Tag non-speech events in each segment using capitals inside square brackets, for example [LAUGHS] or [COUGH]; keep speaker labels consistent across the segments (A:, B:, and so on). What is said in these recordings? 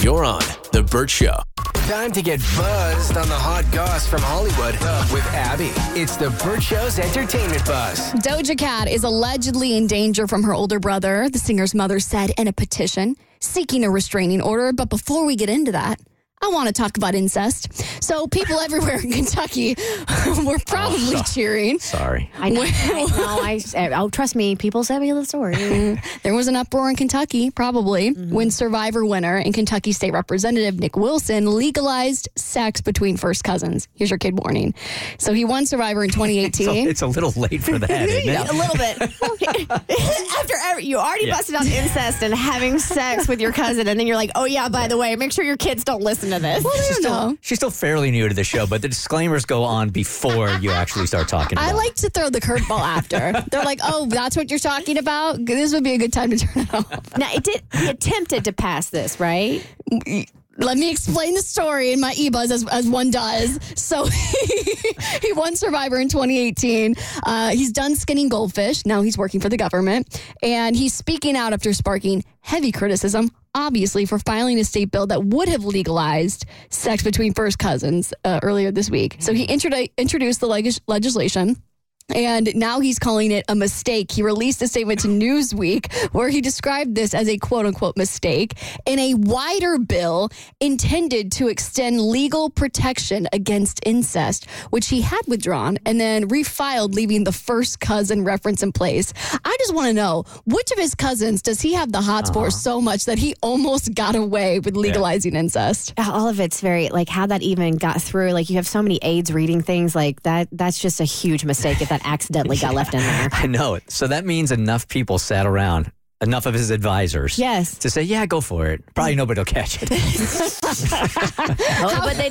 A: You're on The Burt Show.
B: Time to get buzzed on the hot goss from Hollywood with Abby. It's the Burt Show's entertainment buzz.
C: Doja Cat is allegedly in danger from her older brother, the singer's mother said in a petition seeking a restraining order. But before we get into that, I want to talk about incest. So, people everywhere in Kentucky [LAUGHS] were probably cheering.
D: Sorry.
E: I [LAUGHS] know. I know, I, oh, trust me, people sent me the [LAUGHS] story.
C: There was an uproar in Kentucky, probably, when Survivor winner and Kentucky State Representative Nick Wilson legalized sex between first cousins. Here's your kid warning. So, he won Survivor in 2018.
D: So it's a little late
C: [LAUGHS]
D: for that, isn't it?
E: a little bit. [LAUGHS] After every, you already
D: Yeah.
E: busted out incest and having sex with your cousin, and then you're like, oh yeah, by the way, make sure your kids don't listen to this.
C: I don't know.
D: She's still fairly new to the show, but the disclaimers go on before you actually start talking about
C: I
D: it.
C: like to throw the curveball after. They're like, oh, that's what you're talking about? This would be a good time to turn it off.
E: Now it did. He attempted to pass this, right?
C: Let me explain the story in my e-buzz as, as one does. So [LAUGHS] he, he won Survivor in 2018. Uh, he's done skinning goldfish. Now he's working for the government. And he's speaking out after sparking heavy criticism, obviously, for filing a state bill that would have legalized sex between first cousins uh, earlier this week. So he introdu- introduced the legis- legislation. And now he's calling it a mistake. He released a statement to Newsweek where he described this as a quote unquote mistake in a wider bill intended to extend legal protection against incest, which he had withdrawn and then refiled, leaving the first cousin reference in place. I just want to know which of his cousins does he have the hots for so much that he almost got away with legalizing incest?
E: Uh, All of it's very like how that even got through. Like you have so many aides reading things like that. That's just a huge mistake if that accidentally got left in there.
D: I know it. So that means enough people sat around, enough of his advisors. [LAUGHS]
E: Yes.
D: To say, yeah, go for it. Probably nobody will catch it.
E: Oh, but they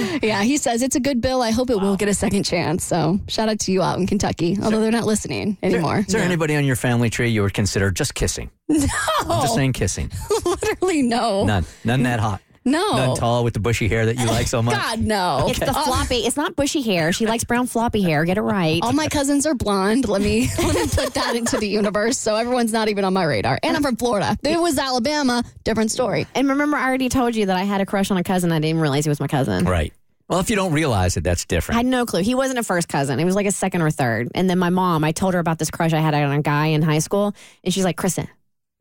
C: [LAUGHS] Yeah, he says it's a good bill. I hope it will get a second chance. So shout out to you out in Kentucky, although they're not listening anymore.
D: Is there anybody on your family tree you would consider just kissing? I'm just saying kissing.
C: [LAUGHS] Literally, no.
D: None. None that hot.
C: No.
D: None tall with the bushy hair that you like so much.
C: God, no.
E: It's the floppy. It's not bushy hair. She likes brown floppy hair. Get it right.
C: All my cousins are blonde. Let me [LAUGHS] let me put that into the universe. So everyone's not even on my radar. And I'm from Florida. If It was Alabama. Different story.
E: And remember, I already told you that I had a crush on a cousin. I didn't realize he was my cousin.
D: Right. Well, if you don't realize it, that's
E: I
D: different.
E: had no clue. He wasn't a first cousin. He was like a second or third. And then my mom, I told her about this crush I had on a guy in high school, and she's like, "Kristen,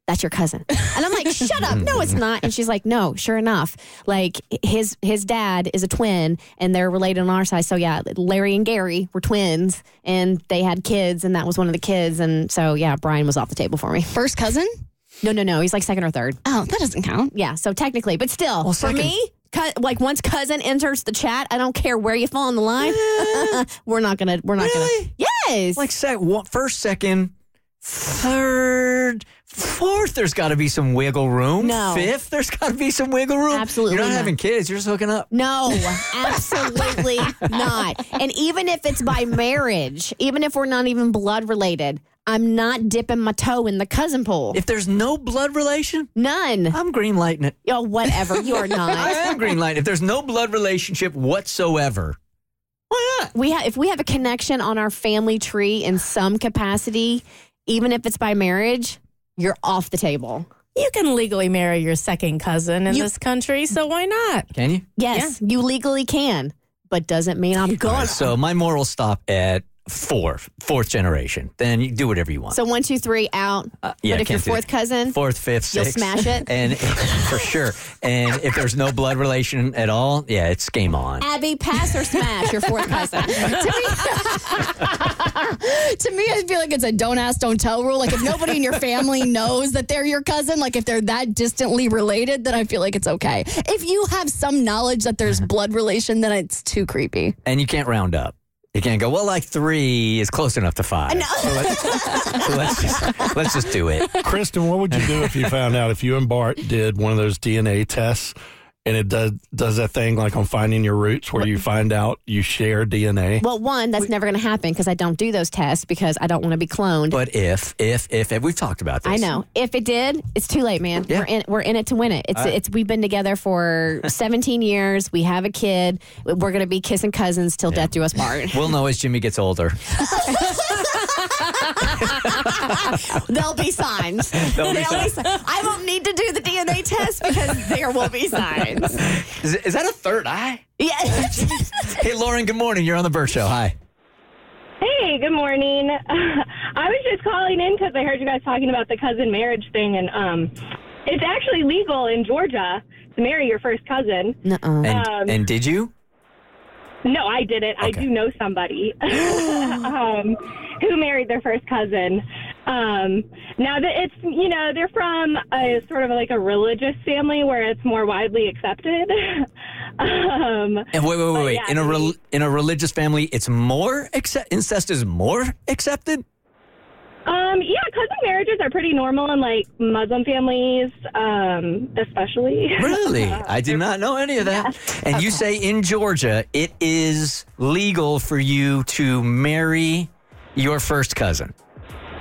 E: that's your cousin." And I'm like, "Shut up! No, it's not." And she's like, "No, sure enough. Like his his dad is a twin, and they're related on our side. So yeah, Larry and Gary were twins, and they had kids, and that was one of the kids. And so yeah, Brian was off the table for me.
C: First cousin?
E: No, no, no. He's like second or third.
C: Oh, that doesn't count.
E: Yeah, so technically, but still, for
D: second-
E: me, cu- like once cousin enters the chat, I don't care where you fall on the line. [LAUGHS] we're not gonna. We're not
D: Really?
E: gonna. Yes.
D: Like sec- one, first, second, third, fourth. There's got to be some wiggle room.
E: No.
D: Fifth. There's got to be some wiggle room.
E: Absolutely
D: You're not
E: not.
D: having kids. You're just hooking up. [LAUGHS]
E: no, absolutely not. And even if it's by marriage, even if we're not even blood related, I'm not dipping my toe in the cousin pool.
D: If there's no blood relation, [LAUGHS]
E: None.
D: I'm green lighting it.
E: Oh, whatever. You are
D: [LAUGHS] I
E: not. [LAUGHS]
D: am green lighting. If there's no blood relationship whatsoever, why not?
E: we have if we have a connection on our family tree in some capacity, even if it's by marriage, you're off the table.
F: You can legally marry your second cousin in
E: You-
F: this country, so why not?
D: Can you?
E: Yes, you legally can, but doesn't mean I'm
D: All
E: going.
D: right, so my morals stop at four, fourth generation. Then you do whatever you want.
E: So one, two, three, out.
D: Uh, yeah,
E: but if
D: I
E: your
D: can't do
E: fourth
D: that.
E: cousin,
D: fourth, fifth,
E: You'll
D: sixth,
E: smash it?
D: and [LAUGHS] for sure. And if there's no blood relation at all, yeah, it's game on.
E: Abby, pass or smash your fourth cousin.
C: [LAUGHS] To me, I feel like it's a don't ask, don't tell rule. Like if nobody in your family knows that they're your cousin, like if they're that distantly related, then I feel like it's okay. If you have some knowledge that there's blood relation, then it's too creepy.
D: And you can't round up. You can't go. Well, like three is close enough to five. So let's, so let's just let's just do it.
G: Kristen, what would you do if you found out if you and Bart did one of those DNA tests and it does does that thing like on finding your roots where you find out you share
E: [LAUGHS]
G: DNA?
E: well, one, that's never going to happen because I don't do those tests because I don't want to be cloned.
D: But if if if, if we've talked about this,
E: I know. If it did, it's too late, man.
D: Yeah.
E: We're in we're in it to win it. It's it's we've been together
D: [LAUGHS]
E: for 17 years. We have a kid.
D: [LAUGHS]
E: [LAUGHS] We're going to be kissing cousins till death do us part.
D: We'll know as Jimmy gets older.
E: There'll be
D: [LAUGHS]
E: signs.
D: There'll be
E: There'll be si- I won't need to do the DNA test because
D: [LAUGHS]
E: there will be signs.
D: Is, is that a third eye?
E: Yeah.
D: [LAUGHS] Hey, Lauren, good morning. You're on the Bird Show. Hi.
A: Hey, good morning. [LAUGHS] I was just calling in because I heard you guys talking about the cousin marriage thing, and um, it's actually legal in Georgia to marry your first cousin.
E: Nuh-uh.
D: And,
A: Um,
D: and did you?
A: No, I didn't. I
D: Okay.
A: do know somebody [LAUGHS] um, who married their first cousin. Um, now that it's you know they're from a sort of like a religious family where it's more widely accepted. [LAUGHS] um,
D: And wait, wait, wait, wait.
A: yeah,
D: in a
A: I mean-
D: rel- in a religious family, it's more accept- incest is more accepted.
A: Um, yeah, cousin marriages are pretty normal in like Muslim families, um, especially.
E: [LAUGHS]
D: Really, I did not know any of that. And you say in Georgia, it is legal for you to marry your first cousin.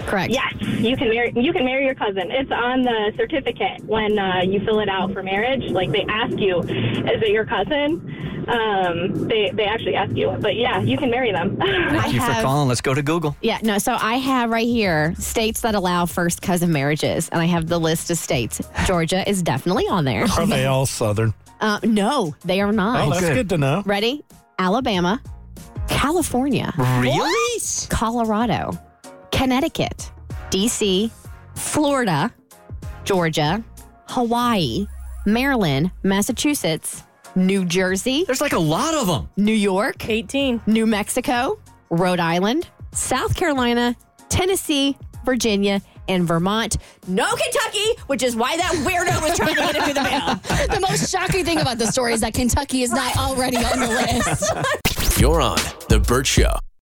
E: Correct.
A: yes, you can marry you can marry your cousin. It's on the certificate when uh, you fill it out for marriage. Like they ask you, is it your cousin? Um, they they actually ask you, but yeah, you can marry them. [LAUGHS]
D: Thank
E: I
D: you for
E: have-
D: calling. Let's go to Google.
E: Yeah, no, so I have right here states that allow first cousin marriages, and I have the list of states. Georgia is definitely on there.
G: Are they all Southern?
E: Uh, no, they are
G: Oh,
E: not.
G: that's
D: good.
G: good. to know.
E: Ready? Alabama, California,
D: Really?
E: Colorado, Connecticut, DC, Florida, Georgia, Hawaii, Maryland, Massachusetts, New Jersey,
D: There's like a lot of them.
E: New York,
F: 18.
E: New Mexico, Rhode Island, South Carolina, Tennessee, Virginia, and Vermont. No Kentucky, which is why that weirdo was trying to get it through the mail.
C: [LAUGHS] the most shocking thing about the story is that Kentucky is not already on the list.
B: You're on The Burt Show.